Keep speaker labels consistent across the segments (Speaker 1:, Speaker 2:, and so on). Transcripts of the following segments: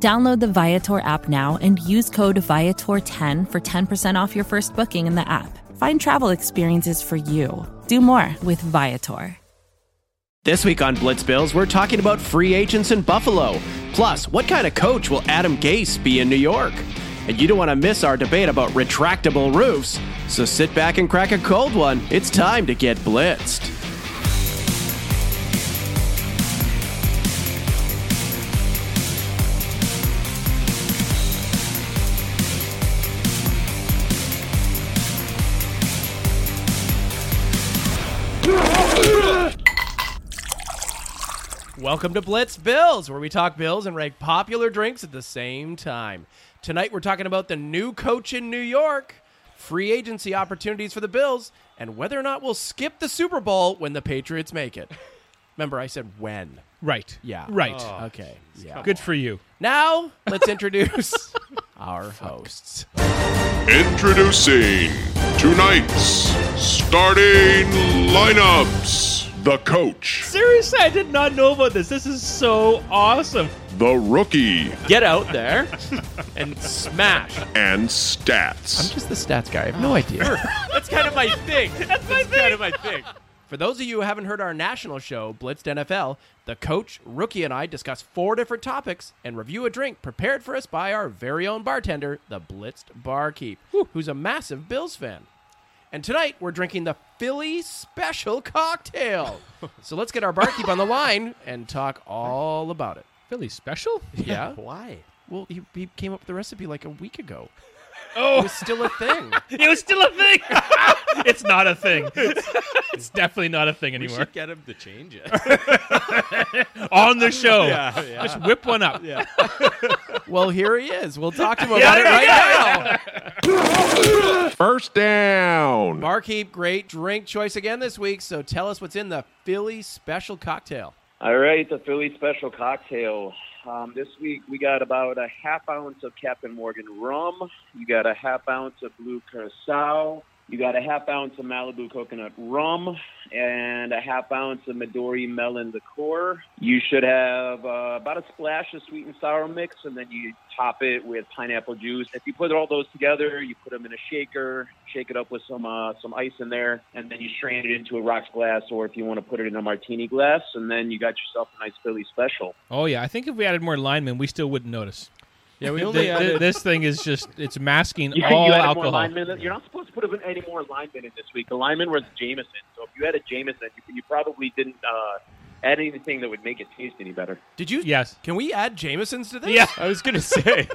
Speaker 1: Download the Viator app now and use code Viator10 for 10% off your first booking in the app. Find travel experiences for you. Do more with Viator.
Speaker 2: This week on Blitz Bills, we're talking about free agents in Buffalo. Plus, what kind of coach will Adam Gase be in New York? And you don't want to miss our debate about retractable roofs. So sit back and crack a cold one. It's time to get blitzed. Welcome to Blitz Bills, where we talk bills and rank popular drinks at the same time. Tonight we're talking about the new coach in New York, free agency opportunities for the Bills, and whether or not we'll skip the Super Bowl when the Patriots make it. Remember, I said when.
Speaker 3: Right.
Speaker 2: Yeah.
Speaker 3: Right.
Speaker 2: Okay. Yeah.
Speaker 3: Good for you.
Speaker 2: Now let's introduce our hosts.
Speaker 4: Introducing tonight's starting lineups. The coach,
Speaker 3: Seriously, I did not know about this. This is so awesome.
Speaker 4: the rookie,
Speaker 2: Get out there and smash.
Speaker 4: and stats.
Speaker 2: Just the stats guy. I have no idea.
Speaker 3: That's kind of my thing. That's my thing. kind of my thing.
Speaker 2: For those of you who haven't heard our national show, Blitzed NFL, the coach, rookie, and I discuss four different topics and review a drink prepared for us by our very own bartender, the Blitzed Barkeep, who's a massive Bills fan. And tonight we're drinking the Philly Special Cocktail. so let's get our barkeep on the line and talk all about it.
Speaker 3: Philly special?
Speaker 2: Yeah.
Speaker 5: Why?
Speaker 2: Well, he, he came up with the recipe like a week ago. Oh, it was still a thing.
Speaker 3: It was still a thing. it's not a thing. it's definitely not a thing
Speaker 5: We
Speaker 3: anymore.
Speaker 5: should get him to change it.
Speaker 3: On the show. Just whip one up.
Speaker 2: well, here he is. We'll talk to him about it right now.
Speaker 4: First down.
Speaker 2: Barkeep, great drink choice again this week. So tell us what's in the Philly special cocktail.
Speaker 6: All right, the Philly special cocktail. Um, this week we got about a half ounce of Captain Morgan rum. You got a half ounce of blue curacao. You got a half ounce of Malibu coconut rum and a half ounce of Midori melon liqueur. You should have uh, about a splash of sweet and sour mix, and then you top it with pineapple juice. If you put all those together, you put them in a shaker, shake it up with some uh, some ice in there, and then you strain it into a rocks glass, or if you want to put it in a martini glass, and then you got yourself a nice Philly special.
Speaker 3: Oh, yeah. I think if we added more linemen, we still wouldn't notice.
Speaker 5: Yeah, we
Speaker 3: Th-
Speaker 5: only
Speaker 3: th-
Speaker 5: added.
Speaker 3: this thing is just, it's masking
Speaker 6: You,
Speaker 3: all
Speaker 6: you added
Speaker 3: alcohol.
Speaker 6: More linemen. You're not supposed to put any more linemen in this week. The lineman was Jameson, so if you added Jameson, you, you probably didn't uh, add anything that would make it taste any better.
Speaker 2: Did you?
Speaker 3: Yes.
Speaker 2: Can we add Jameson's to this?
Speaker 3: Yeah.
Speaker 5: I was gonna say.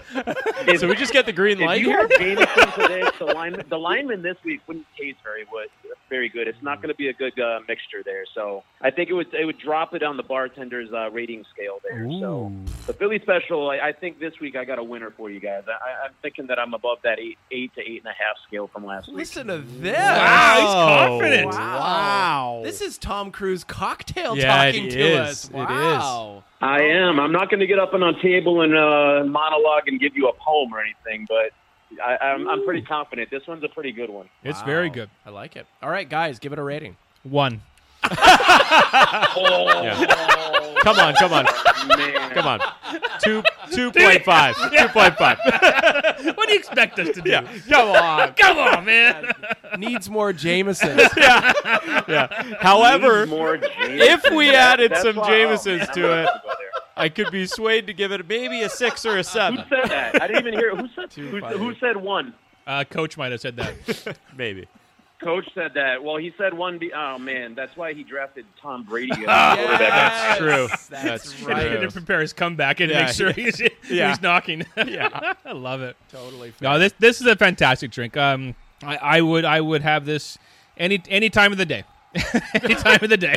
Speaker 6: If,
Speaker 5: so we just get the green
Speaker 6: if
Speaker 5: light
Speaker 6: you
Speaker 5: here.
Speaker 6: had Jameson for this, the lineman, the lineman this week wouldn't taste very good. Very good. It's not going to be a good uh, mixture there. So I think it would it would drop it on the bartender's uh, rating scale there. So the Philly special, I, I think this week I got a winner for you guys. I- I, I'm thinking that I'm above that eight eight to eight and a half scale from last week.
Speaker 2: Listen to this.
Speaker 3: Wow, Ah, he's confident.
Speaker 2: Wow. This is Tom Cruise cocktail
Speaker 5: Yeah, it
Speaker 2: talking to
Speaker 5: is.
Speaker 2: us.
Speaker 5: It is.
Speaker 2: Wow.
Speaker 6: I am. I'm not going to get up and on table and uh, monologue and give you a poem or anything, but I, I'm, I'm pretty confident. This one's a pretty good one.
Speaker 3: It's very good.
Speaker 2: I like it. All right, guys, give it a rating.
Speaker 3: One.
Speaker 5: Come on, come on,
Speaker 6: Man.
Speaker 5: come on. Two, two point five, two point five.
Speaker 3: What do you expect us to do?
Speaker 5: Come on.
Speaker 3: Come on, man.
Speaker 2: Needs more Jameson.
Speaker 5: However,
Speaker 6: More Jameson.
Speaker 5: if we added
Speaker 6: That's
Speaker 5: some
Speaker 6: why-
Speaker 5: Jamesons
Speaker 6: I'm
Speaker 5: to
Speaker 6: gonna
Speaker 5: it,
Speaker 6: go there.
Speaker 5: I could be swayed to give it maybe a six or a seven.
Speaker 6: Who said that? I didn't even hear. Who said? Who, who said one?
Speaker 3: Uh, Coach might have said that.
Speaker 5: Maybe.
Speaker 6: Coach said that. Well, he said one. Be- oh man, that's why he drafted Tom Brady. As quarterback.
Speaker 2: Yes,
Speaker 5: true.
Speaker 2: That's,
Speaker 5: That's
Speaker 3: And he
Speaker 2: right.
Speaker 5: true.
Speaker 3: had to prepare his comeback and
Speaker 5: Yeah.
Speaker 3: make sure he's,
Speaker 5: Yeah.
Speaker 3: he's knocking. Yeah, I love it.
Speaker 2: Totally. fair.
Speaker 3: No, this this is a fantastic drink. Um, I, I would I would have this any any time of the day. any time of the day.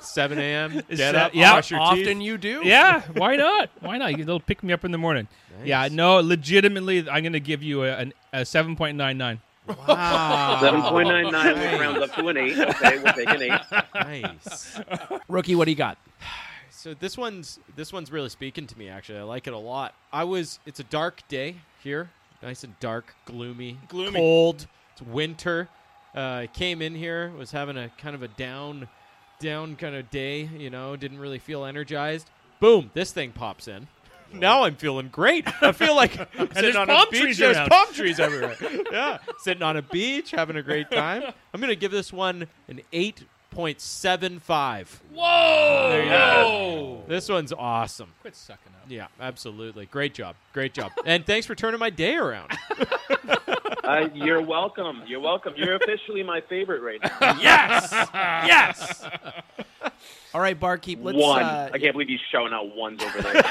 Speaker 5: 7 a.m.
Speaker 3: Is
Speaker 5: Get
Speaker 3: that-
Speaker 5: up,
Speaker 3: yeah,
Speaker 5: brush your
Speaker 2: Often
Speaker 5: teeth.
Speaker 2: you do.
Speaker 3: Yeah, why not? Why not? You get a little pick me up in the morning. Yeah, no, legitimately, I'm going to give you a, an, a seven point nine nine.
Speaker 6: Seven point nine nine, which rounds up to an eight. Okay, we'll take an eight.
Speaker 5: Nice.
Speaker 2: Rookie, what do you got?
Speaker 5: So this one's this one's really speaking to me. Actually, I like it a lot. I was. It's a dark day here. Nice and dark, gloomy,
Speaker 3: Gloomy.
Speaker 5: cold. It's winter. Uh, I came in here, was having a kind of a down, down kind of day. You know, didn't really feel energized. Boom! This thing pops in. Now I'm feeling great. I feel like I'm
Speaker 3: there's
Speaker 5: sitting on
Speaker 3: palm
Speaker 5: a beach.
Speaker 3: trees
Speaker 5: there's
Speaker 3: around.
Speaker 5: palm trees everywhere. yeah, sitting on a beach, having a great time. I'm gonna give this one an eight point seven five.
Speaker 3: Whoa!
Speaker 5: This one's awesome.
Speaker 3: Quit sucking up.
Speaker 5: Yeah, absolutely. Great job. Great job. and thanks for turning my day around.
Speaker 6: Uh, you're welcome. You're welcome. You're officially my favorite right now.
Speaker 2: All right, barkeep. Let's,
Speaker 6: one.
Speaker 2: Uh,
Speaker 6: I can't believe he's shouting out ones over there.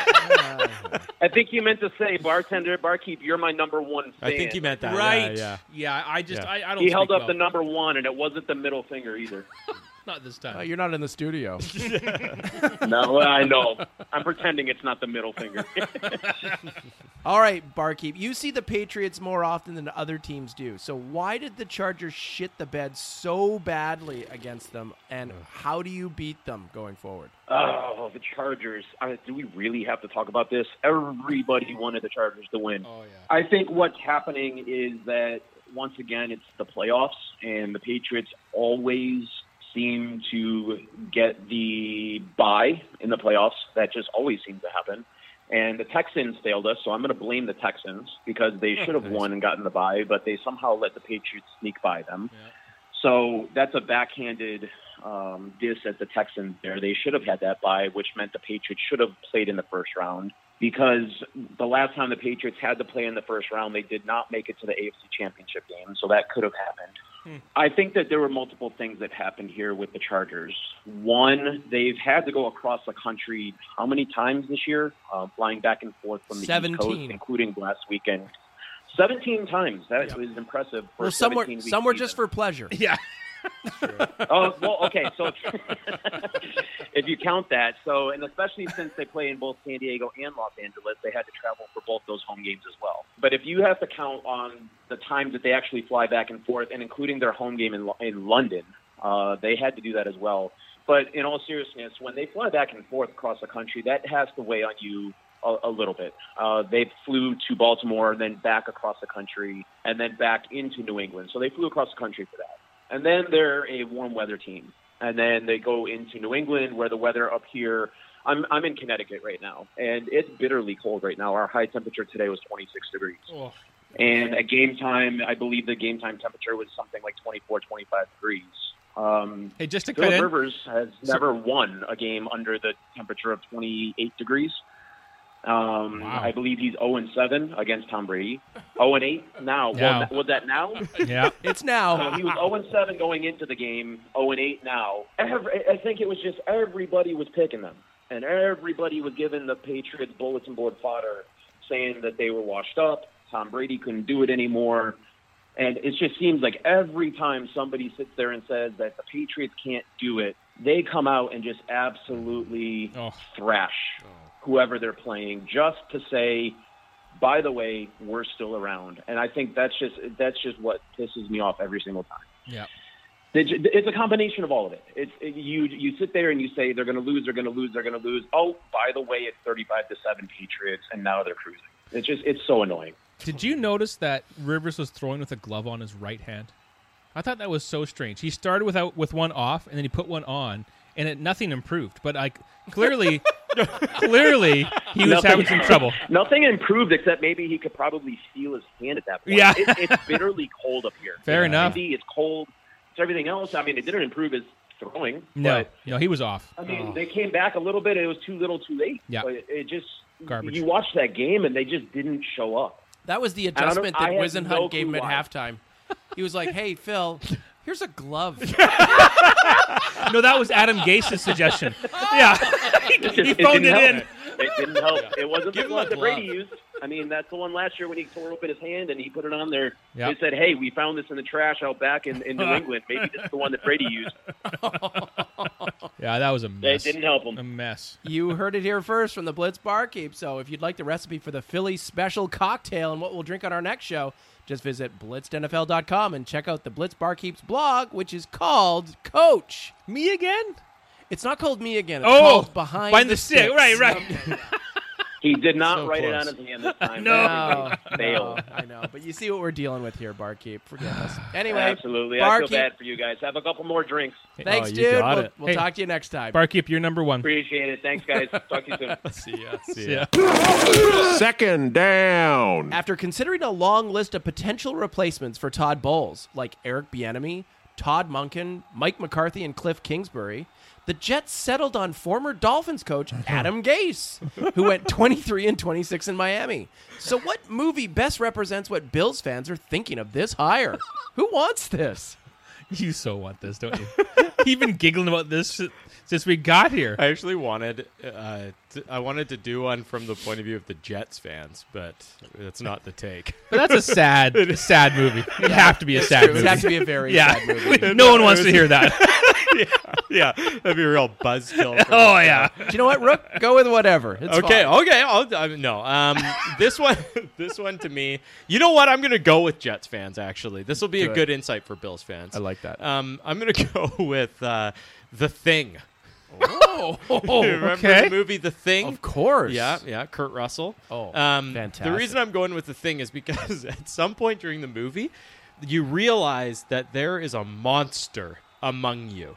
Speaker 6: I think you meant to say, bartender, barkeep, you're my number one fan.
Speaker 5: I think you meant that.
Speaker 3: Right.
Speaker 5: Yeah.
Speaker 3: I just
Speaker 5: Yeah.
Speaker 3: I, I don't.
Speaker 6: He held
Speaker 3: speak
Speaker 6: up the
Speaker 3: well.
Speaker 6: number one, and it wasn't the middle finger either.
Speaker 3: Not this
Speaker 2: uh,
Speaker 3: time.
Speaker 2: you're not in the studio.
Speaker 6: no, I know. I'm pretending it's not the middle finger.
Speaker 2: All right, barkeep. You see the Patriots more often than other teams do. So why did the Chargers shit the bed so badly against them, and how do you beat them going forward?
Speaker 6: oh, the Chargers. Uh, do we really have to talk about this? Everybody wanted the Chargers to win.
Speaker 5: Oh yeah.
Speaker 6: I think what's happening is that once again it's the playoffs, and the Patriots always seem to get the bye in the playoffs. That just always seems to happen. And the Texans failed us, so I'm going to blame the Texans because they should have won and gotten the bye, but they somehow let the Patriots sneak by them. So that's a backhanded um, diss at the Texans there. They should have had that bye, which meant the Patriots should have played in the first round because the last time the Patriots had to play in the first round, they did not make it to the AFC Championship game, so that could have happened.
Speaker 2: Hmm.
Speaker 6: I think that there were multiple things that happened here with the Chargers. One, they've had to go across the country how many times this year, uh, flying back and forth from the East
Speaker 2: 17.
Speaker 6: Coast, including last weekend. 17 times. That is impressive. For
Speaker 2: Well, some were,
Speaker 6: 17 week
Speaker 2: some were
Speaker 6: season.
Speaker 2: just for pleasure.
Speaker 3: yeah.
Speaker 6: Oh well, okay. So if you count that, so and especially since they play in both San Diego and Los Angeles, they had to travel for both those home games as well. But if you have to count on the times that they actually fly back and forth, and including their home game in Lo- in London, uh, they had to do that as well. But in all seriousness, when they fly back and forth across the country, that has to weigh on you a, a little bit. Uh, they flew to Baltimore, then back across the country, and then back into New England. So they flew across the country for that. And then they're a warm weather team. And then they go into New England where the weather up here I'm I'm in Connecticut right now and it's bitterly cold right now. Our high temperature today was 26 degrees.
Speaker 3: Oh.
Speaker 6: And at game time, I believe the game time temperature was something like 24 25 degrees. Um
Speaker 3: Hey, just to cut
Speaker 6: Philip
Speaker 3: in.
Speaker 6: Rivers has never won a game under the temperature of 28 degrees. Um,
Speaker 3: Wow.
Speaker 6: I believe he's 0 and 7 against Tom Brady. 0 and 8 now.
Speaker 3: Now.
Speaker 6: Well, was that now?
Speaker 3: Yeah.
Speaker 2: It's now.
Speaker 6: So Uh, he was 0 and 7 going into the game, 0 and 8 now. Every, I think it was just everybody was picking them, and everybody was giving the Patriots bulletin board fodder, saying that they were washed up. Tom Brady couldn't do it anymore. And it just seems like every time somebody sits there and says that the Patriots can't do it, they come out and just absolutely
Speaker 3: Oh.
Speaker 6: thrash whoever they're playing just to say, by the way, we're still around. And I think that's just that's just what pisses me off every single time.
Speaker 3: Yeah.
Speaker 6: They ju- It's a combination of all of it. It's it- you. You sit there and you say they're going to lose. They're going to lose. They're going to lose. Oh, by the way, it's thirty-five to seven Patriots, and now they're cruising. It's just it's so annoying.
Speaker 3: Did you notice that Rivers was throwing with a glove on his right hand? I thought that was so strange. He started without with one off, and then he put one on, and it, nothing improved. But like clearly, clearly he was
Speaker 6: Nothing-
Speaker 3: having some trouble.
Speaker 6: Nothing improved except maybe he could probably feel his hand at that point.
Speaker 3: Yeah.
Speaker 6: it, it's bitterly cold up here.
Speaker 3: Fair
Speaker 6: It's
Speaker 3: enough.
Speaker 6: windy, It's cold. It's everything else. I mean, it didn't improve his throwing.
Speaker 3: No,
Speaker 6: but
Speaker 3: no, he was off.
Speaker 6: I mean, they came back a little bit. It was too little, too late.
Speaker 3: Yeah.
Speaker 6: But it just
Speaker 3: Garbage.
Speaker 6: You watched that game, and they just didn't show up.
Speaker 2: That was the
Speaker 6: don't-
Speaker 2: adjustment
Speaker 6: I
Speaker 2: that
Speaker 6: have
Speaker 2: Wisenhunt
Speaker 6: no
Speaker 2: gave him
Speaker 6: clue
Speaker 2: at
Speaker 6: why.
Speaker 2: halftime. He was like, "Hey, Phil, here's a glove."
Speaker 3: No, that was Adam Gase's suggestion. Yeah, he,
Speaker 6: It just-
Speaker 3: phoned it, in.
Speaker 6: didn't help. It didn't help. It wasn't
Speaker 5: Give
Speaker 6: the
Speaker 5: him a
Speaker 6: glove that Brady used. I mean, that's the one last year when he tore open his hand and he put it on there.
Speaker 3: Yep.
Speaker 6: They said, "Hey, we found this in the trash out back in, in New England. Maybe this is the one that Brady used."
Speaker 3: Yeah, that was a
Speaker 6: They
Speaker 3: mess.
Speaker 6: didn't help him.
Speaker 3: A mess.
Speaker 2: You heard it here first from the Blitz Barkeep. So if you'd like the recipe for the Philly special cocktail and what we'll drink on our next show, just visit blitznfl.com and check out the Blitz Barkeep's blog, which is called Coach.
Speaker 3: Me again?
Speaker 2: It's not called Me Again. It's
Speaker 3: Oh,
Speaker 2: called Behind,
Speaker 3: the stick. Right, right.
Speaker 6: He did not
Speaker 3: So
Speaker 6: write
Speaker 3: close.
Speaker 6: it on his hand this time.
Speaker 3: No.
Speaker 2: Oh,
Speaker 6: Failed.
Speaker 2: I know, but you see what we're dealing with here, Barkeep. Forgive us. Anyway,
Speaker 6: Absolutely. I feel
Speaker 2: Barkeep,
Speaker 6: bad for you guys. Have a couple more drinks.
Speaker 2: thanks,
Speaker 5: Oh, you
Speaker 2: dude.
Speaker 5: got
Speaker 2: we'll
Speaker 5: it.
Speaker 2: we'll
Speaker 3: Hey.
Speaker 2: talk to you next time.
Speaker 3: Barkeep, you're number one.
Speaker 6: Appreciate it. Thanks, guys. Talk to you soon.
Speaker 3: Yeah.
Speaker 4: Second down.
Speaker 2: After considering a long list of potential replacements for Todd Bowles, like Eric Bieniemy, Todd Munkin, Mike McCarthy, and Cliff Kingsbury, the Jets settled on former Dolphins coach Adam Gase, who went 23 and 26 in Miami. So, what movie best represents what Bills fans are thinking of this hire? Who wants this?
Speaker 3: You so want this, don't you? You've been giggling about this si- since we got here.
Speaker 5: I actually wanted uh, t- I wanted to do one from the point of view of the Jets fans, but that's not the take.
Speaker 3: But that's a sad, sad movie. It would have to be a sad
Speaker 2: It would
Speaker 3: movie.
Speaker 2: have to be a very
Speaker 3: yeah,
Speaker 2: sad movie. Do
Speaker 3: no one wants to hear that.
Speaker 5: yeah, that'd be a real buzzkill. for
Speaker 3: Oh
Speaker 5: me.
Speaker 3: yeah,
Speaker 2: you know what, Rook? Go with whatever. It's
Speaker 5: Okay,
Speaker 2: fine.
Speaker 5: okay. I'll, I, no, um, this one, this one to me. You know what? I'm gonna go with Jets fans. Actually, this will be a
Speaker 2: Good.
Speaker 5: good insight for Bills fans.
Speaker 2: I like that.
Speaker 5: Um, I'm gonna go with uh, the Thing.
Speaker 2: Oh,
Speaker 5: Remember
Speaker 3: okay.
Speaker 5: the movie The Thing?
Speaker 2: of course.
Speaker 5: Yeah, yeah, Kurt Russell. Um,
Speaker 2: Oh,
Speaker 5: The
Speaker 2: fantastic.
Speaker 5: reason I'm going with the thing is because at some point during the movie, you realize that there is a monster among you,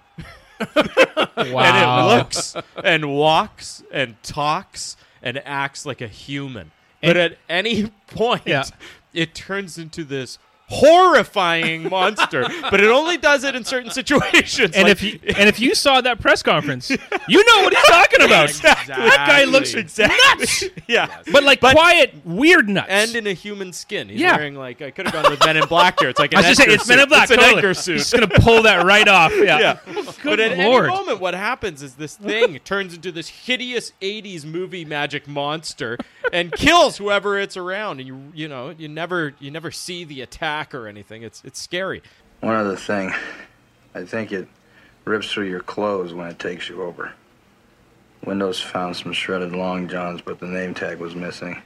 Speaker 5: and
Speaker 3: wow.
Speaker 5: it looks and walks and talks and acts like a human. but at any point,
Speaker 3: Yeah.
Speaker 5: it turns into this horrifying monster. but it only does it in certain situations.
Speaker 3: and
Speaker 5: Like,
Speaker 3: if you and if you saw that press conference, you know what he's talking about. That guy looks nuts,
Speaker 5: yeah.
Speaker 3: but like quiet, weird nuts.
Speaker 5: and in a human skin. He's
Speaker 3: Yeah.
Speaker 5: wearing like I could have gone with Men in Black here. It's like an
Speaker 3: I was just saying,
Speaker 5: Edgar
Speaker 3: it's Men
Speaker 5: suit.
Speaker 3: in Black.
Speaker 5: It's an
Speaker 3: totally.
Speaker 5: Edgar
Speaker 3: He's
Speaker 5: suit.
Speaker 3: just gonna pull that right off. Yeah.
Speaker 5: Yeah.
Speaker 3: Good
Speaker 5: but at
Speaker 3: lord.
Speaker 5: any moment, what happens is this thing turns into this hideous '80s movie magic monster and kills whoever it's around. And you, you know, you never, you never see the attack or anything. It's, it's scary.
Speaker 7: One other thing. I think it rips through your clothes when it takes you over. Windows found some shredded long johns, but the name tag was missing.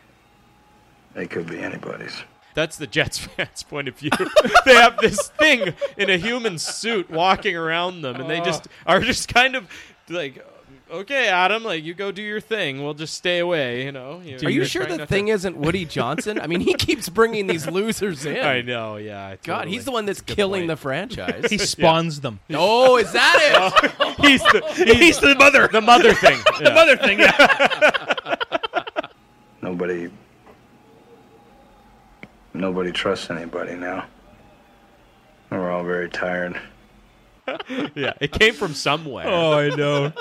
Speaker 7: They could be anybody's.
Speaker 5: That's the Jets fans' point of view. they have this thing in a human suit walking around them, and they just are just kind of like, okay, Adam, like you go do your thing. We'll just stay away. You know. You-
Speaker 2: Are you
Speaker 5: you're
Speaker 2: sure
Speaker 5: trying
Speaker 2: the
Speaker 5: not
Speaker 2: thing
Speaker 5: to-
Speaker 2: isn't Woody Johnson? I mean, he keeps bringing these losers in.
Speaker 5: I know. Yeah.
Speaker 2: God,
Speaker 5: totally.
Speaker 2: he's the one that's
Speaker 5: a good
Speaker 2: killing
Speaker 5: point.
Speaker 2: the franchise.
Speaker 3: he spawns them.
Speaker 2: oh, is that it?
Speaker 5: He's the he's the mother. The mother thing.
Speaker 3: The mother thing. Yeah.
Speaker 7: Nobody. Nobody trusts anybody now. We're all very tired.
Speaker 5: yeah. Oh, It came from somewhere.
Speaker 3: Oh, I know.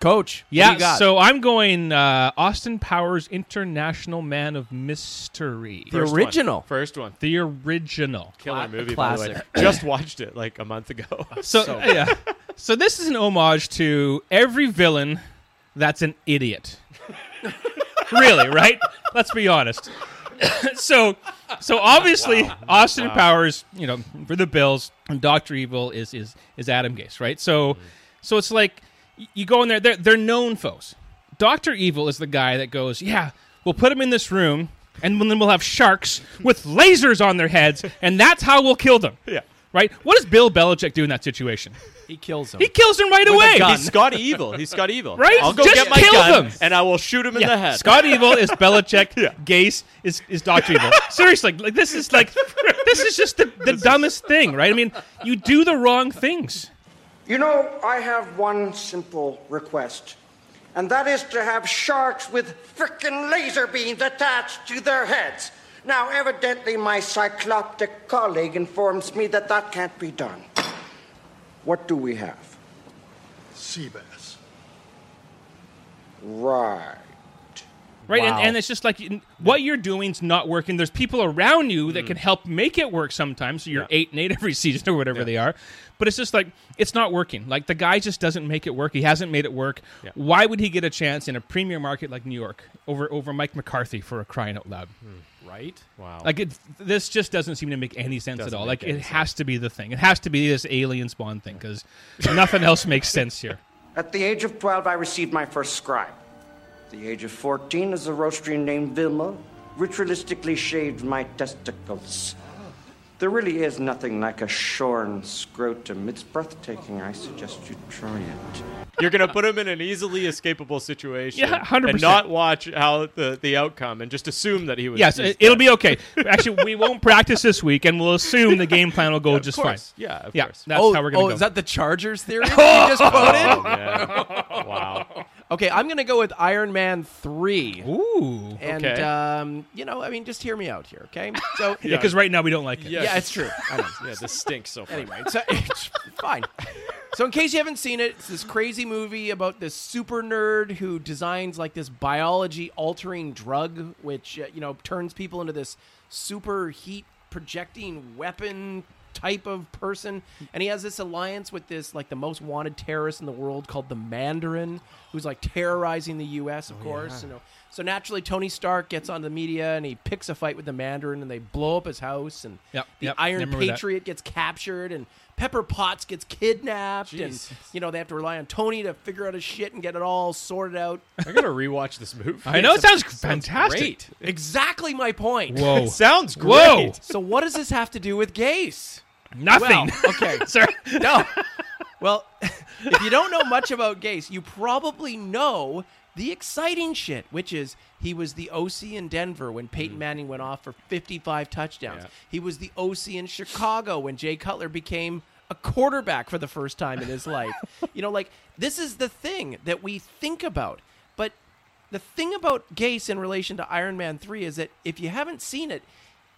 Speaker 2: Coach, what do you
Speaker 3: Yeah,
Speaker 2: got?
Speaker 3: so I'm going uh, Austin Powers International Man of Mystery.
Speaker 2: The original.
Speaker 5: First one.
Speaker 3: The original.
Speaker 5: Killer
Speaker 2: Cla-
Speaker 5: movie. By the way.
Speaker 2: classic.
Speaker 5: Just watched it like a month ago.
Speaker 3: So, yeah. So this is an homage to every villain that's an idiot. really, right? Let's be honest. so so obviously Austin Powers, you know, for the Bills, Doctor Evil is is is Adam Gase, right? So
Speaker 2: Mm-hmm.
Speaker 3: so it's like y- you go in there, they're they're known foes. Doctor Evil is the guy that goes, yeah, we'll put him in this room, and then we'll have sharks with lasers on their heads, and that's how we'll kill them.
Speaker 5: Yeah.
Speaker 3: Right? What does Bill Belichick do in that situation?
Speaker 2: he kills him.
Speaker 3: He kills him right away.
Speaker 2: a gun.
Speaker 5: He's Scott Evil. He's Scott Evil.
Speaker 3: Right?
Speaker 5: I'll go
Speaker 3: Just
Speaker 5: get my
Speaker 3: kill
Speaker 5: gun
Speaker 3: them.
Speaker 5: and I will shoot him in the head.
Speaker 3: Scott Evil is Belichick. Gase is is Doctor Evil. Seriously, like this is like this is just the, the dumbest thing, right? I mean, you do the wrong things.
Speaker 8: You know, I have one simple request, and that is to have sharks with frickin' laser beams attached to their heads. Now, evidently, my cycloptic colleague informs me that that can't be done. What do we have?
Speaker 9: sea bass.
Speaker 8: Right.
Speaker 3: right?
Speaker 2: Wow.
Speaker 3: And, and it's just like n- what you're doing's not working. There's people around you that can help make it work sometimes. So you're eight and eight every season or whatever they are, but it's just like it's not working. Like the guy just doesn't make it work. He hasn't made it work. Why would he get a chance in a premier market like New York over over Mike McCarthy for a crying out loud?
Speaker 2: right?
Speaker 5: Wow.
Speaker 3: Like it, this just doesn't seem to make any sense
Speaker 5: Doesn't
Speaker 3: at all.
Speaker 5: make
Speaker 3: Like it
Speaker 5: any
Speaker 3: has to be the thing. It has to be this alien spawn thing because nothing else makes sense here.
Speaker 8: At the age of 12, I received my first scribe. At the age of 14, as a roastery named Vilma ritualistically shaved my testicles. There really is nothing like a shorn scrotum. It's breathtaking. I suggest you try it.
Speaker 5: You're gonna put him in an easily escapable situation,
Speaker 3: Yeah, 100%.
Speaker 5: and not watch how the, the outcome, and just assume that he was.
Speaker 3: Yes,
Speaker 5: he's
Speaker 3: it, will
Speaker 5: dead.
Speaker 3: be okay. Actually, we won't practice this week, and we'll assume the game plan will go just
Speaker 5: course.
Speaker 3: fine.
Speaker 5: Yeah, of
Speaker 3: yeah,
Speaker 5: course.
Speaker 3: that's
Speaker 2: oh,
Speaker 3: how we're gonna
Speaker 2: oh,
Speaker 3: go.
Speaker 2: is that the Chargers theory you just
Speaker 5: Oh.
Speaker 2: quoted?
Speaker 5: Yeah. Wow.
Speaker 2: Okay, I'm gonna go with Iron Man three.
Speaker 3: Ooh,
Speaker 2: And
Speaker 5: Okay.
Speaker 2: um, you know, I mean, just hear me out here, okay? So
Speaker 3: yeah, because right now we don't like it.
Speaker 2: yeah, it's true. I know.
Speaker 5: Yeah, this stinks so far.
Speaker 2: Anyway, so it's fine. So in case you haven't seen it, it's this crazy movie about this super nerd who designs like this biology altering drug which uh, you know turns people into this super heat projecting weapon type of person and he has this alliance with this like the most wanted terrorist in the world called the Mandarin who's like terrorizing the US
Speaker 3: Oh,
Speaker 2: of course, you know. So naturally Tony Stark gets on the media and he picks a fight with the Mandarin and they blow up his house and
Speaker 3: Yep,
Speaker 2: the
Speaker 3: yep,
Speaker 2: Iron
Speaker 3: remember that.
Speaker 2: Patriot Patriot gets captured and Pepper Potts gets kidnapped
Speaker 5: Jeez.
Speaker 2: and you know they have to rely on Tony to figure out his shit and get it all sorted out.
Speaker 5: I gotta rewatch this movie.
Speaker 3: I know it sounds
Speaker 5: sounds
Speaker 3: fantastic.
Speaker 5: great.
Speaker 2: Exactly my point.
Speaker 3: Whoa,
Speaker 5: It sounds great.
Speaker 3: Whoa.
Speaker 2: So what does this have to do with gays?
Speaker 3: nothing.
Speaker 2: Well, okay.
Speaker 3: sir.
Speaker 2: No. Well, if you don't know much about Gase, you probably know the exciting shit, which is he was the OC in Denver when Peyton Manning went off for 55 touchdowns.
Speaker 5: Yeah.
Speaker 2: He was the OC in Chicago when Jay Cutler became a quarterback for the first time in his life. You know, like this is the thing that we think about. But the thing about Gase in relation to Iron Man 3 is that if you haven't seen it,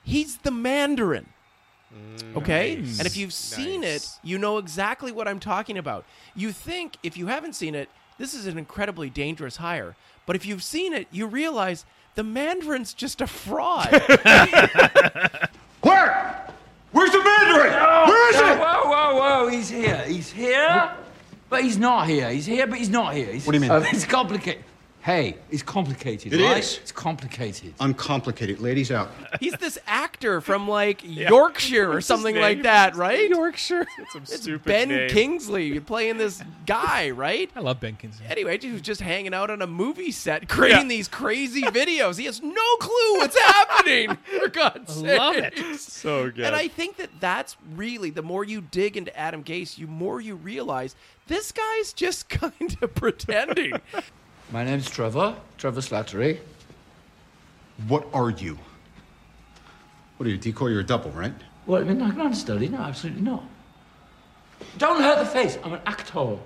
Speaker 2: he's the Mandarin. Okay? And if you've seen
Speaker 5: Nice.
Speaker 2: it, you know exactly what I'm talking about. You think, if you haven't seen it, this is an incredibly dangerous hire. But if you've seen it, you realize the Mandarin's just a fraud.
Speaker 9: Where? Where's the Mandarin? Where is it?
Speaker 10: Whoa, whoa, whoa! He's here. He's here, but he's not here. He's here, but he's not here. He's, what do you mean? it's complicated. Hey, it's complicated.
Speaker 9: It
Speaker 10: right?
Speaker 9: is.
Speaker 10: It's complicated.
Speaker 9: Uncomplicated. Ladies out.
Speaker 2: He's this actor from like Yorkshire or something
Speaker 5: name?
Speaker 2: like that, right?
Speaker 3: Yorkshire.
Speaker 5: Some
Speaker 2: It's
Speaker 5: stupid
Speaker 2: Ben
Speaker 5: name.
Speaker 2: Kingsley. You're playing this guy, right?
Speaker 3: I love Benkins.
Speaker 2: Anyway, he was just hanging out on a movie set, creating these crazy videos. He has no clue what's happening. For God's sake,
Speaker 3: Love it.
Speaker 5: So good.
Speaker 2: And I think that that's really the more you dig into Adam Gase, you more you realize this guy's just kind of pretending.
Speaker 10: My name's Trevor. Trevor Slattery.
Speaker 9: What are you? What are you, a decoy or a double, right?
Speaker 10: What? I mean, I can understudy. No, absolutely not. Don't hurt the face. I'm an actor.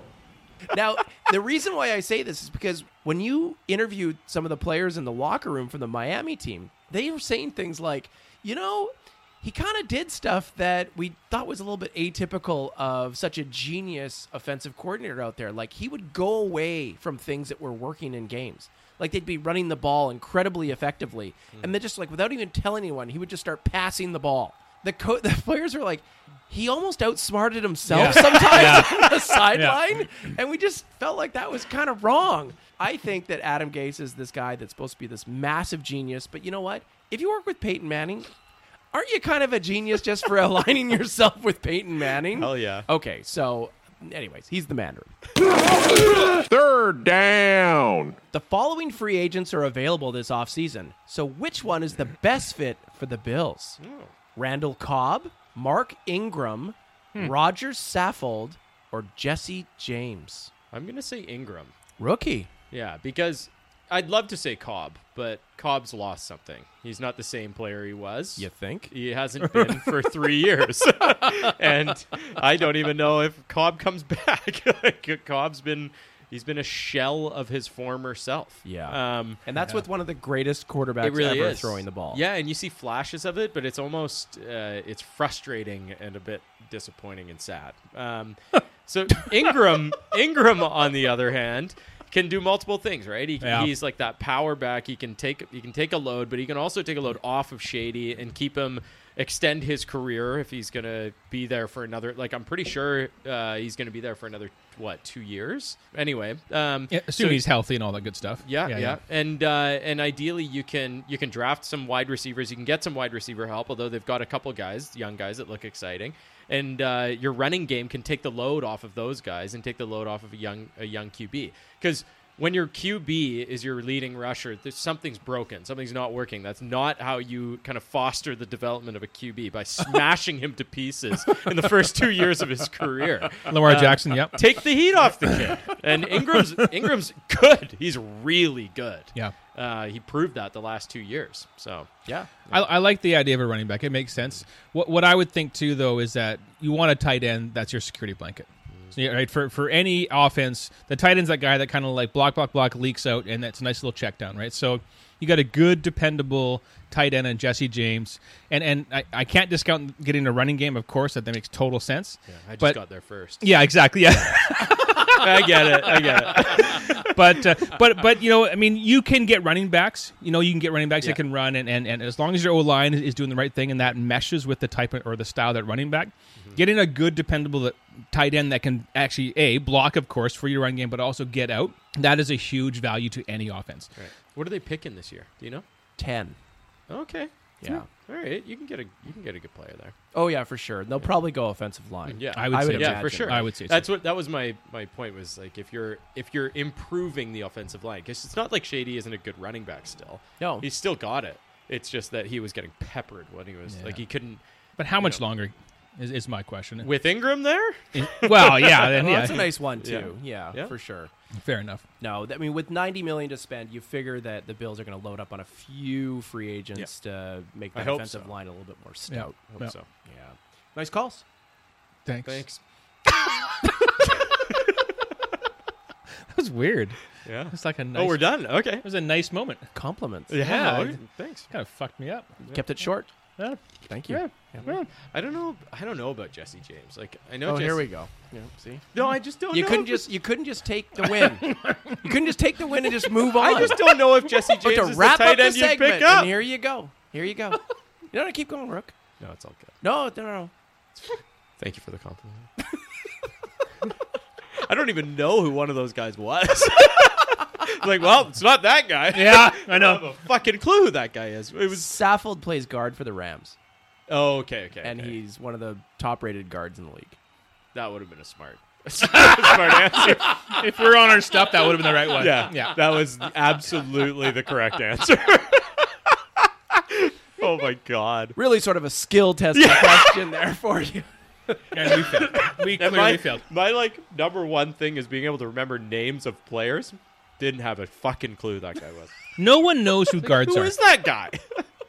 Speaker 2: now, the reason why I say this is because when you interviewed some of the players in the locker room from the Miami team, they were saying things like, you know, he kind of did stuff that we thought was a little bit atypical of such a genius offensive coordinator out there. Like, he would go away from things that were working in games. Like, they'd be running the ball incredibly effectively. And then, just like, without even telling anyone, he would just start passing the ball. The, co- the players were like, he almost outsmarted himself sometimes on the sideline. And we just felt like that was kind of wrong. I think that Adam Gase is this guy that's supposed to be this massive genius. But you know what? If you work with Peyton Manning, aren't you kind of a genius just for aligning yourself with Peyton Manning?
Speaker 5: Hell yeah.
Speaker 2: Okay, so, anyways, he's the Mandarin.
Speaker 4: Third down.
Speaker 2: The following free agents are available this offseason. So, which one is the best fit for the Bills?
Speaker 5: Oh.
Speaker 2: Randall Cobb, Mark Ingram,
Speaker 5: Hmm.
Speaker 2: Roger Saffold, or Jesse James?
Speaker 5: I'm gonna say Ingram.
Speaker 2: Rookie.
Speaker 5: Yeah, because I'd love to say Cobb, but Cobb's lost something. He's not the same player he was.
Speaker 2: You think?
Speaker 5: He hasn't been for three years, and I don't even know if Cobb comes back. Like, Cobb's been he's been a shell of his former self.
Speaker 2: Yeah.
Speaker 5: um,
Speaker 2: And that's with one of the greatest quarterbacks
Speaker 5: it really
Speaker 2: ever
Speaker 5: is
Speaker 2: throwing the ball.
Speaker 5: Yeah, and you see flashes of it, but it's almost uh, it's frustrating and a bit disappointing and sad. Um, so Ingram, Ingram, on the other hand, can do multiple things, right? He,
Speaker 3: Yeah.
Speaker 5: He's like that power back. He can take he can take a load, but he can also take a load off of Shady and keep him extend his career if he's gonna be there for another. Like I'm pretty sure uh, he's gonna be there for another what two years anyway. Um,
Speaker 3: Yeah, assuming
Speaker 5: so-
Speaker 3: he's healthy and all that good stuff.
Speaker 5: yeah, yeah, and uh, and ideally you can you can draft some wide receivers. You can get some wide receiver help, although they've got a couple guys, young guys that look exciting, and uh, your running game can take the load off of those guys and take the load off of a young a young QB because. When your QB is your leading rusher, there's something's broken, something's not working. That's not how you kind of foster the development of a QB by smashing him to pieces in the first two years of his career.
Speaker 3: Lamar Jackson, yep.
Speaker 5: Take the heat off the kid. And Ingram's Ingram's good. He's really good.
Speaker 3: Yeah.
Speaker 5: Uh, he proved that the last two years. So yeah.
Speaker 3: I, I like the idea of a running back. It makes sense. What what I would think too though is that you want a tight end that's your security blanket. So, yeah, right for for any offense, the tight end's that guy that kind of like block block block leaks out, and that's a nice little check down, right? So you got a good dependable tight end and Jesse James, and and I, I can't discount getting a running game, of course, that that makes total sense. Yeah,
Speaker 5: I just
Speaker 3: but,
Speaker 5: got there first.
Speaker 3: Yeah, exactly. Yeah.
Speaker 5: I get it. I get it.
Speaker 3: but uh, but but you know, I mean, you can get running backs. You know, you can get running backs
Speaker 5: Yeah.
Speaker 3: that can run, and, and, and as long as your O line is doing the right thing and that meshes with the type of, or the style that running back,
Speaker 5: Mm-hmm.
Speaker 3: getting a good dependable that- tight end that can actually a block, of course, for your run game, but also get out. That is a huge value to any offense.
Speaker 5: What are they picking this year? Do you know?
Speaker 2: Ten.
Speaker 5: Okay.
Speaker 2: Yeah.
Speaker 5: All right. You can get a you can get a good player there.
Speaker 2: Oh yeah, for sure. They'll probably go offensive line.
Speaker 5: Yeah.
Speaker 3: I would say
Speaker 5: yeah,
Speaker 3: so.
Speaker 5: for sure.
Speaker 3: I would say so.
Speaker 5: That's what that was my my point was like if you're if you're improving the offensive line cuz it's not like Shady isn't a good running back still.
Speaker 2: No.
Speaker 5: He's still got it. It's just that he was getting peppered when he was like he couldn't
Speaker 3: But how much longer is, is my question?
Speaker 5: with Ingram there?
Speaker 3: well, yeah, then,
Speaker 2: Well,
Speaker 3: yeah,
Speaker 2: that's a nice one too. Yeah,
Speaker 5: Yeah.
Speaker 2: for sure.
Speaker 3: fair enough.
Speaker 2: No, th- I mean with 90 million to spend, you figure that the Bills are going to load up on a few free agents to make
Speaker 5: I
Speaker 2: that
Speaker 5: hope
Speaker 2: offensive
Speaker 5: so.
Speaker 2: line a little bit more
Speaker 3: Yeah,
Speaker 2: stout.
Speaker 5: Hope
Speaker 3: yeah.
Speaker 5: so.
Speaker 2: Yeah. Nice calls.
Speaker 3: Thanks.
Speaker 5: Thanks.
Speaker 3: That was weird.
Speaker 5: Yeah.
Speaker 3: It's like a nice.
Speaker 5: Oh, we're done. Okay.
Speaker 3: It was a nice moment.
Speaker 2: Compliments.
Speaker 5: Yeah.
Speaker 3: Yeah.
Speaker 5: Thanks.
Speaker 3: Kind of fucked me up.
Speaker 2: Kept it short.
Speaker 3: Yeah.
Speaker 2: Thank you.
Speaker 5: I don't know. I don't know about Jesse James. Like I know.
Speaker 2: Oh,
Speaker 5: Jesse,
Speaker 2: here we go. Yeah, see.
Speaker 5: Oh, No, I just don't.
Speaker 2: You
Speaker 5: know
Speaker 2: couldn't
Speaker 5: if-
Speaker 2: just you couldn't just take the win. you couldn't just take the win and just move on.
Speaker 5: I just don't know if Jesse
Speaker 2: But
Speaker 5: James
Speaker 2: to
Speaker 5: is
Speaker 2: wrap
Speaker 5: the tight
Speaker 2: up the
Speaker 5: end you
Speaker 2: segment,
Speaker 5: pick up.
Speaker 2: and here you go. Here you go. you don't have to keep going, Rook.
Speaker 5: no, it's all good.
Speaker 2: No, no, no.
Speaker 5: Thank you for the compliment. I don't even know who one of those guys was. like, well, it's not that guy.
Speaker 3: Yeah, I
Speaker 5: I have
Speaker 3: know.
Speaker 5: a fucking clue who that guy is. It was.
Speaker 2: Saffold plays guard for the Rams,
Speaker 5: Oh, okay, okay.
Speaker 2: and
Speaker 5: okay.
Speaker 2: he's one of the top-rated guards in the league.
Speaker 5: That would have been a smart, smart answer.
Speaker 3: if we are on our stuff, that would have been the right one.
Speaker 5: Yeah,
Speaker 3: Yeah.
Speaker 5: That was absolutely the correct answer. oh my god.
Speaker 2: Really, sort of a skill testing question there for you.
Speaker 3: And we failed. We clearly
Speaker 5: my,
Speaker 3: failed.
Speaker 5: my like number one thing is being able to remember names of players. Didn't have a fucking clue that guy was.
Speaker 3: No one knows who guards
Speaker 5: Who
Speaker 3: are.
Speaker 5: is that guy?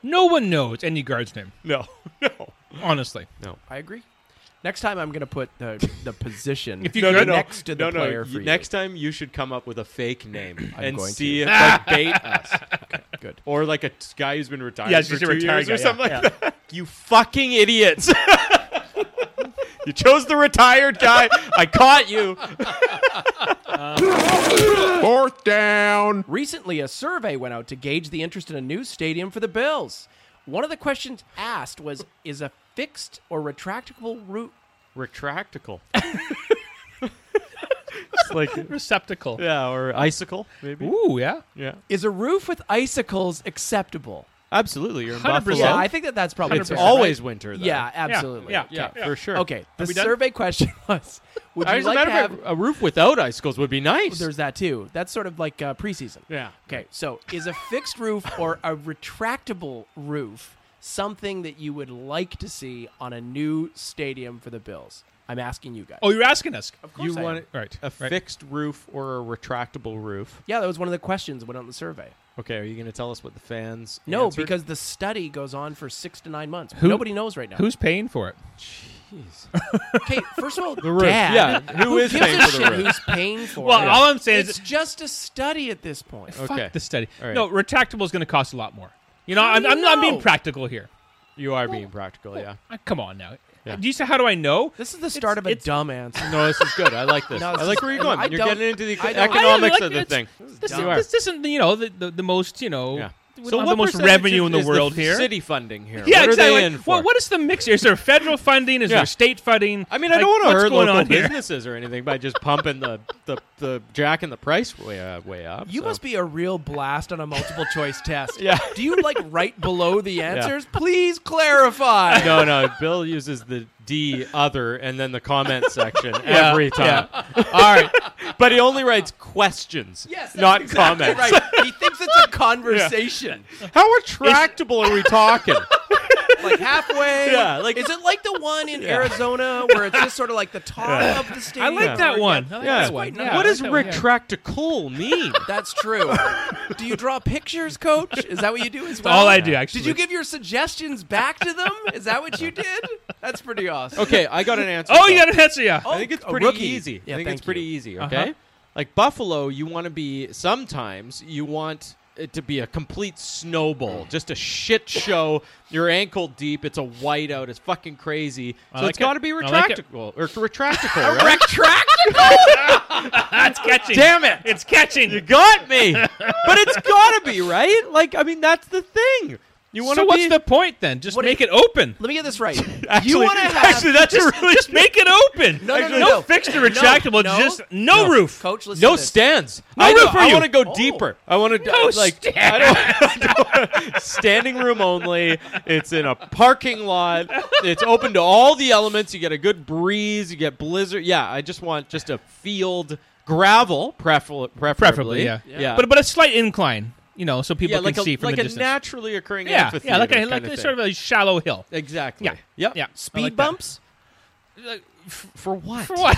Speaker 3: No one knows any guard's name.
Speaker 5: no, no.
Speaker 3: Honestly,
Speaker 2: I agree. Next time, I'm going to put the the position
Speaker 3: If you
Speaker 5: no,
Speaker 3: could-
Speaker 5: no, no.
Speaker 2: next to the
Speaker 5: no, no.
Speaker 2: player
Speaker 5: You-
Speaker 2: for you.
Speaker 5: Next time you should come up with a fake name
Speaker 2: I'm
Speaker 5: and
Speaker 2: going
Speaker 5: see
Speaker 2: to.
Speaker 5: if like bait us.
Speaker 2: good.
Speaker 5: Or like a t- guy who's been retired
Speaker 3: Yeah, it's
Speaker 5: for
Speaker 3: just a
Speaker 5: two
Speaker 3: retired guy,
Speaker 5: years or something
Speaker 3: yeah,
Speaker 5: like that. You fucking idiots. you chose the retired guy. I caught you.
Speaker 4: Fourth down.
Speaker 2: Recently, a survey went out to gauge the interest in a new stadium for the Bills. One of the questions asked was Is a fixed or retractable route?
Speaker 5: Retractical. it's like
Speaker 3: receptacle.
Speaker 5: yeah, or icicle maybe.
Speaker 3: Ooh, yeah.
Speaker 5: Yeah,
Speaker 2: Is a roof with icicles acceptable?
Speaker 5: absolutely. You're in
Speaker 3: 100%.
Speaker 5: Buffalo.
Speaker 2: Yeah,
Speaker 3: Hello?
Speaker 2: I think that that's probably
Speaker 5: it's
Speaker 2: fair,
Speaker 5: always
Speaker 2: right?
Speaker 5: winter. Though.
Speaker 2: Yeah, absolutely.
Speaker 3: Yeah,
Speaker 5: yeah,
Speaker 3: yeah,
Speaker 5: for sure.
Speaker 2: Okay, the
Speaker 3: we done?
Speaker 2: survey question was Would you
Speaker 5: As a
Speaker 2: like
Speaker 5: matter
Speaker 2: to
Speaker 5: of
Speaker 2: have.
Speaker 5: fact, a roof without icicles would be nice.
Speaker 2: There's that too. That's sort of like uh, preseason.
Speaker 5: Yeah.
Speaker 2: Okay, so is a fixed roof or a retractable roof something that you would like to see on a new stadium for the Bills? I'm asking you guys.
Speaker 3: Oh, you're asking us. Of
Speaker 2: course
Speaker 5: you
Speaker 2: I am.
Speaker 5: want
Speaker 3: Right.
Speaker 5: a
Speaker 3: right.
Speaker 5: fixed roof or a retractable roof.
Speaker 2: Yeah, that was one of the questions that went on the survey.
Speaker 5: Okay, are you going to tell us what the fans?
Speaker 2: No,
Speaker 5: answered?
Speaker 2: because the study goes on for six to nine months.
Speaker 3: Who-
Speaker 2: Nobody knows right now.
Speaker 3: Who's paying for it?
Speaker 2: okay, first of all, the
Speaker 5: roof.
Speaker 2: Dad,
Speaker 5: Yeah, who is
Speaker 2: gives
Speaker 5: paying
Speaker 2: a
Speaker 5: for the
Speaker 2: shit
Speaker 5: roof?
Speaker 2: Who's paying for
Speaker 3: Well,
Speaker 2: it?
Speaker 3: all I'm saying
Speaker 2: it's
Speaker 3: is
Speaker 2: just a study at this point.
Speaker 5: okay,
Speaker 3: the study.
Speaker 5: All right.
Speaker 3: No, retractable is going to cost a lot more. You know, I'm,
Speaker 2: do you
Speaker 3: I'm not
Speaker 2: know?
Speaker 3: being practical here.
Speaker 5: You are being practical, yeah.
Speaker 3: Uh, Come on now.
Speaker 5: Yeah.
Speaker 3: Do you say how do I know?
Speaker 2: This is the start of a dumb answer.
Speaker 5: No, this is good. I like this.
Speaker 2: No,
Speaker 5: I
Speaker 2: this
Speaker 5: like
Speaker 2: is-
Speaker 5: where you're going.
Speaker 2: I
Speaker 5: you're
Speaker 2: don't-
Speaker 5: getting into the
Speaker 2: I don't-
Speaker 3: I know,
Speaker 5: economics
Speaker 3: like,
Speaker 5: of the
Speaker 3: it's-
Speaker 5: thing.
Speaker 3: This,
Speaker 5: dumb.
Speaker 3: this isn't you know the, the, the most you know.
Speaker 5: Yeah.
Speaker 3: We don't have the
Speaker 5: what
Speaker 3: most
Speaker 5: percentage
Speaker 3: revenue
Speaker 5: is-
Speaker 3: in the
Speaker 5: is
Speaker 3: world here.
Speaker 5: City funding here.
Speaker 3: Yeah,
Speaker 5: what
Speaker 3: exactly.
Speaker 5: Are they
Speaker 3: Like,
Speaker 5: in for?
Speaker 3: Well, what is the mix here? Is there federal funding? Is
Speaker 5: Yeah.
Speaker 3: there state funding?
Speaker 5: I mean, I don't
Speaker 3: Like,
Speaker 5: want to
Speaker 3: what's
Speaker 5: hurt
Speaker 3: going
Speaker 5: local
Speaker 3: on here?
Speaker 5: businesses or anything by just pumping the, the, the jack and the price way uh, way up.
Speaker 2: You
Speaker 5: so.
Speaker 2: must be a real blast on a multiple choice test.
Speaker 5: Yeah.
Speaker 2: Do you like write below the answers? Please clarify.
Speaker 5: No, no. Bill uses the D other and then the comment section every time.
Speaker 3: All right.
Speaker 5: But he only writes questions,
Speaker 2: Yes, that's
Speaker 5: not
Speaker 2: exactly
Speaker 5: comments.
Speaker 2: Right. He thinks it's a conversation.
Speaker 5: How attractable are we talking?
Speaker 2: Like halfway.
Speaker 5: Yeah, like-
Speaker 2: is it like the one in
Speaker 5: Yeah.
Speaker 2: Arizona where it's just sort of like the top of the stage?
Speaker 3: I like
Speaker 5: Yeah.
Speaker 3: that one. I like
Speaker 5: yeah.
Speaker 3: that one.
Speaker 5: what
Speaker 3: I
Speaker 5: does
Speaker 3: like that one, yeah.
Speaker 5: retractical mean?
Speaker 2: That's true. Do you draw pictures, coach? Is that what you do as well?
Speaker 3: all I do, actually.
Speaker 2: Did you give your suggestions back to them? Is that what you did? That's pretty awesome.
Speaker 5: okay, I got an answer.
Speaker 3: Oh, you
Speaker 5: though.
Speaker 3: got an answer, yeah.
Speaker 5: I think it's
Speaker 2: a
Speaker 5: pretty
Speaker 2: rookie.
Speaker 5: easy.
Speaker 2: Yeah,
Speaker 5: I think
Speaker 2: thank
Speaker 5: it's pretty
Speaker 2: you.
Speaker 5: easy.
Speaker 3: Uh-huh.
Speaker 5: Okay, like Buffalo, you want to be sometimes you want it to be a complete
Speaker 3: Mm.
Speaker 5: snowball, just a shit show. You're ankle deep. It's a whiteout. It's fucking crazy. So
Speaker 3: like
Speaker 5: it's got to be
Speaker 3: I like it.
Speaker 5: retractable or retractable. right?
Speaker 3: That's catching. Damn it. It's catching. You
Speaker 5: got me, but it's got to be right. Like I mean, that's the thing. You want to
Speaker 3: so what's
Speaker 5: be,
Speaker 3: the point then? Just
Speaker 2: What
Speaker 3: make
Speaker 2: if-
Speaker 3: it open.
Speaker 2: Let me get this right. you
Speaker 5: Actually-
Speaker 2: want to have
Speaker 3: Actually, that's just, just make it open.
Speaker 2: No, no,
Speaker 3: Actually,
Speaker 2: no, no.
Speaker 3: fixed or retractable.
Speaker 2: No,
Speaker 3: just no, roof.
Speaker 2: coach? Listen
Speaker 5: no
Speaker 2: to this.
Speaker 5: stands.
Speaker 3: No
Speaker 5: I,
Speaker 3: room
Speaker 5: know-
Speaker 3: for
Speaker 5: I
Speaker 3: you.
Speaker 5: want to go
Speaker 2: Oh.
Speaker 5: deeper. I want to
Speaker 3: No
Speaker 5: like I don't, I don't- standing room only. It's in a parking lot. It's open to all the elements. You get a good breeze. You get blizzard. Yeah, I just want just a field gravel, prefer- preferably.
Speaker 3: Preferably, yeah.
Speaker 5: yeah.
Speaker 3: But but a slight incline, you know, so people
Speaker 5: yeah, like
Speaker 3: can
Speaker 5: a,
Speaker 3: see from
Speaker 5: like
Speaker 3: the
Speaker 5: a
Speaker 3: distance.
Speaker 5: naturally occurring
Speaker 3: yeah,
Speaker 5: amphitheater
Speaker 3: yeah, like a
Speaker 5: kind
Speaker 3: like
Speaker 5: of
Speaker 3: a
Speaker 5: thing.
Speaker 3: sort of a shallow hill.
Speaker 5: exactly.
Speaker 3: Yeah.
Speaker 5: Yep.
Speaker 3: Yeah.
Speaker 2: Speed
Speaker 3: I like that.
Speaker 2: bumps.
Speaker 5: For what?
Speaker 3: For what?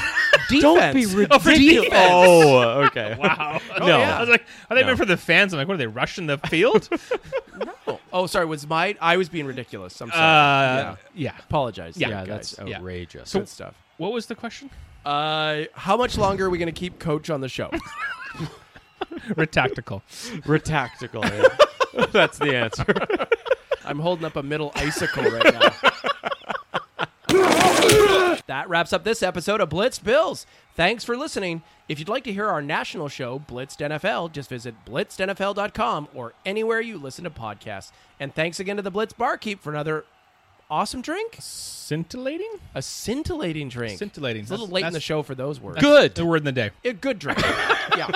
Speaker 5: Don't be
Speaker 3: Oh, for
Speaker 5: ridiculous.
Speaker 3: defense.
Speaker 5: Oh, okay.
Speaker 3: Wow.
Speaker 5: No.
Speaker 3: I was like, are they
Speaker 5: No.
Speaker 3: meant for the fans? I'm like, what are they rushing the field? uh,
Speaker 2: Oh, oh, sorry. Was my I was being ridiculous. I'm sorry.
Speaker 3: Uh, yeah.
Speaker 2: Apologize.
Speaker 3: Yeah,
Speaker 5: Uh, Yeah,
Speaker 2: guys.
Speaker 5: that's
Speaker 3: Yeah.
Speaker 5: outrageous.
Speaker 2: good stuff.
Speaker 3: What was the question?
Speaker 2: Uh, how much longer are we going to keep Coach on the show?
Speaker 3: Retactical.
Speaker 5: Retactical. yeah. That's the answer.
Speaker 2: I'm holding up a middle icicle right now. that wraps up this episode of Blitzed Bills. Thanks for listening. If you'd like to hear our national show, Blitzed NFL, just visit blitznfl.com or anywhere you listen to podcasts. And thanks again to the Blitz Barkeep for another awesome drink,
Speaker 3: Scintillating?
Speaker 2: a scintillating drink.
Speaker 3: Scintillating.
Speaker 2: It's a little
Speaker 3: That's-
Speaker 2: late in
Speaker 3: that's-
Speaker 2: the show for those words.
Speaker 5: Good.
Speaker 3: The word in the day.
Speaker 2: A good drink. yeah.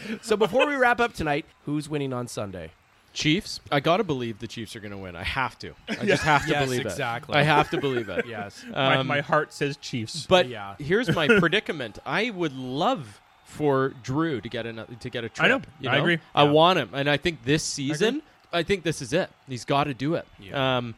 Speaker 2: so before we wrap up tonight, who's winning on Sunday?
Speaker 5: Chiefs. I gotta believe the Chiefs are gonna win. I have to. I just have to
Speaker 2: Yes,
Speaker 5: believe
Speaker 2: exactly.
Speaker 5: it. I have to believe it.
Speaker 2: Yes.
Speaker 3: My,
Speaker 5: Um,
Speaker 3: my heart says Chiefs.
Speaker 5: But
Speaker 2: Yeah.
Speaker 5: here's my predicament. I would love for Drew to get another to get a trip.
Speaker 3: I know.
Speaker 5: you
Speaker 3: I agree.
Speaker 5: I
Speaker 3: Yeah.
Speaker 5: want him, and I think this season, I, think this is it. He's got to do it. Um,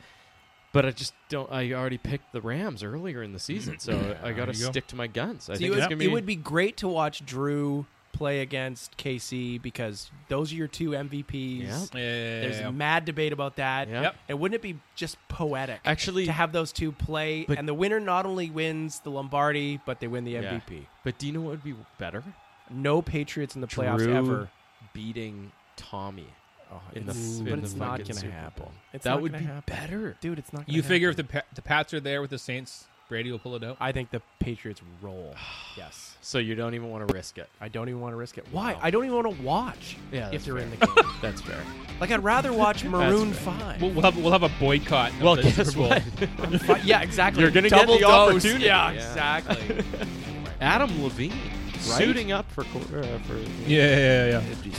Speaker 5: but I just don't. I already picked the Rams earlier in the season, so I gotta
Speaker 3: you go.
Speaker 5: stick to my guns. I
Speaker 2: So
Speaker 5: think
Speaker 2: you-
Speaker 5: it's
Speaker 2: it
Speaker 5: gonna be.
Speaker 2: would be great to watch Drew play against KC because those are your two MVPs.
Speaker 5: Yeah.
Speaker 3: Yeah, yeah,
Speaker 2: There's
Speaker 3: yeah, yeah.
Speaker 2: mad debate about that.
Speaker 5: Yeah. Yep.
Speaker 2: And wouldn't it be just poetic
Speaker 5: Actually-
Speaker 2: to have those two play
Speaker 5: But-
Speaker 2: and the winner not only wins the Lombardi but they win the
Speaker 5: Yeah.
Speaker 2: MVP.
Speaker 5: But do you know what would be better?
Speaker 2: No Patriots in the playoffs
Speaker 5: Drew
Speaker 2: ever.
Speaker 5: beating Tommy
Speaker 2: Oh,
Speaker 5: in the,
Speaker 2: it's-
Speaker 5: f-
Speaker 2: but
Speaker 5: in the
Speaker 2: it's not
Speaker 5: fucking
Speaker 2: going to
Speaker 5: Super
Speaker 2: happen.
Speaker 5: Bowl.
Speaker 2: It's
Speaker 5: that
Speaker 2: not
Speaker 5: would
Speaker 2: gonna
Speaker 5: be
Speaker 2: happen.
Speaker 5: better.
Speaker 2: Dude, it's not gonna
Speaker 3: You figure if
Speaker 2: happen.
Speaker 3: the pa- the Pats are there with the Saints, Brady will pull it out.
Speaker 2: I think the Patriots roll. yes.
Speaker 5: So you don't even want to risk it.
Speaker 2: I don't even want to risk it. Why? I don't even want to watch
Speaker 5: Yeah,
Speaker 2: if
Speaker 5: that's
Speaker 2: they're in the
Speaker 5: fair.
Speaker 2: game.
Speaker 5: That's fair.
Speaker 2: Like I'd rather watch Maroon
Speaker 5: fair.
Speaker 2: Five.
Speaker 3: We'll, we'll have we'll have a boycott. of
Speaker 5: Well,
Speaker 3: the
Speaker 5: guess
Speaker 3: Super Bowl.
Speaker 5: what?
Speaker 2: Fi- yeah, exactly.
Speaker 5: You're gonna get
Speaker 2: Double
Speaker 5: the
Speaker 2: dose.
Speaker 5: opportunity.
Speaker 2: Yeah,
Speaker 5: Yeah.
Speaker 2: exactly.
Speaker 5: Adam Levine suiting up for qu- uh, for.
Speaker 3: Yeah, yeah, yeah. yeah.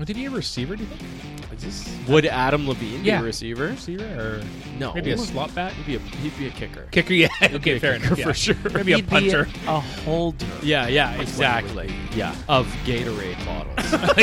Speaker 3: Oh, did he have a receiver? Do you think?
Speaker 5: Would Adam Levine
Speaker 3: Yeah.
Speaker 5: be a receiver?
Speaker 3: Receiver or
Speaker 5: No.
Speaker 3: maybe a slot back?
Speaker 5: He'd be a, he'd be a kicker.
Speaker 3: Kicker? Yeah. okay,
Speaker 5: be a
Speaker 3: fair
Speaker 5: kicker
Speaker 3: enough.
Speaker 5: for
Speaker 3: yeah.
Speaker 5: sure.
Speaker 3: Maybe a
Speaker 2: He'd be
Speaker 3: punter.
Speaker 2: a holder.
Speaker 5: Yeah, yeah, exactly. Yeah, of Gatorade bottles.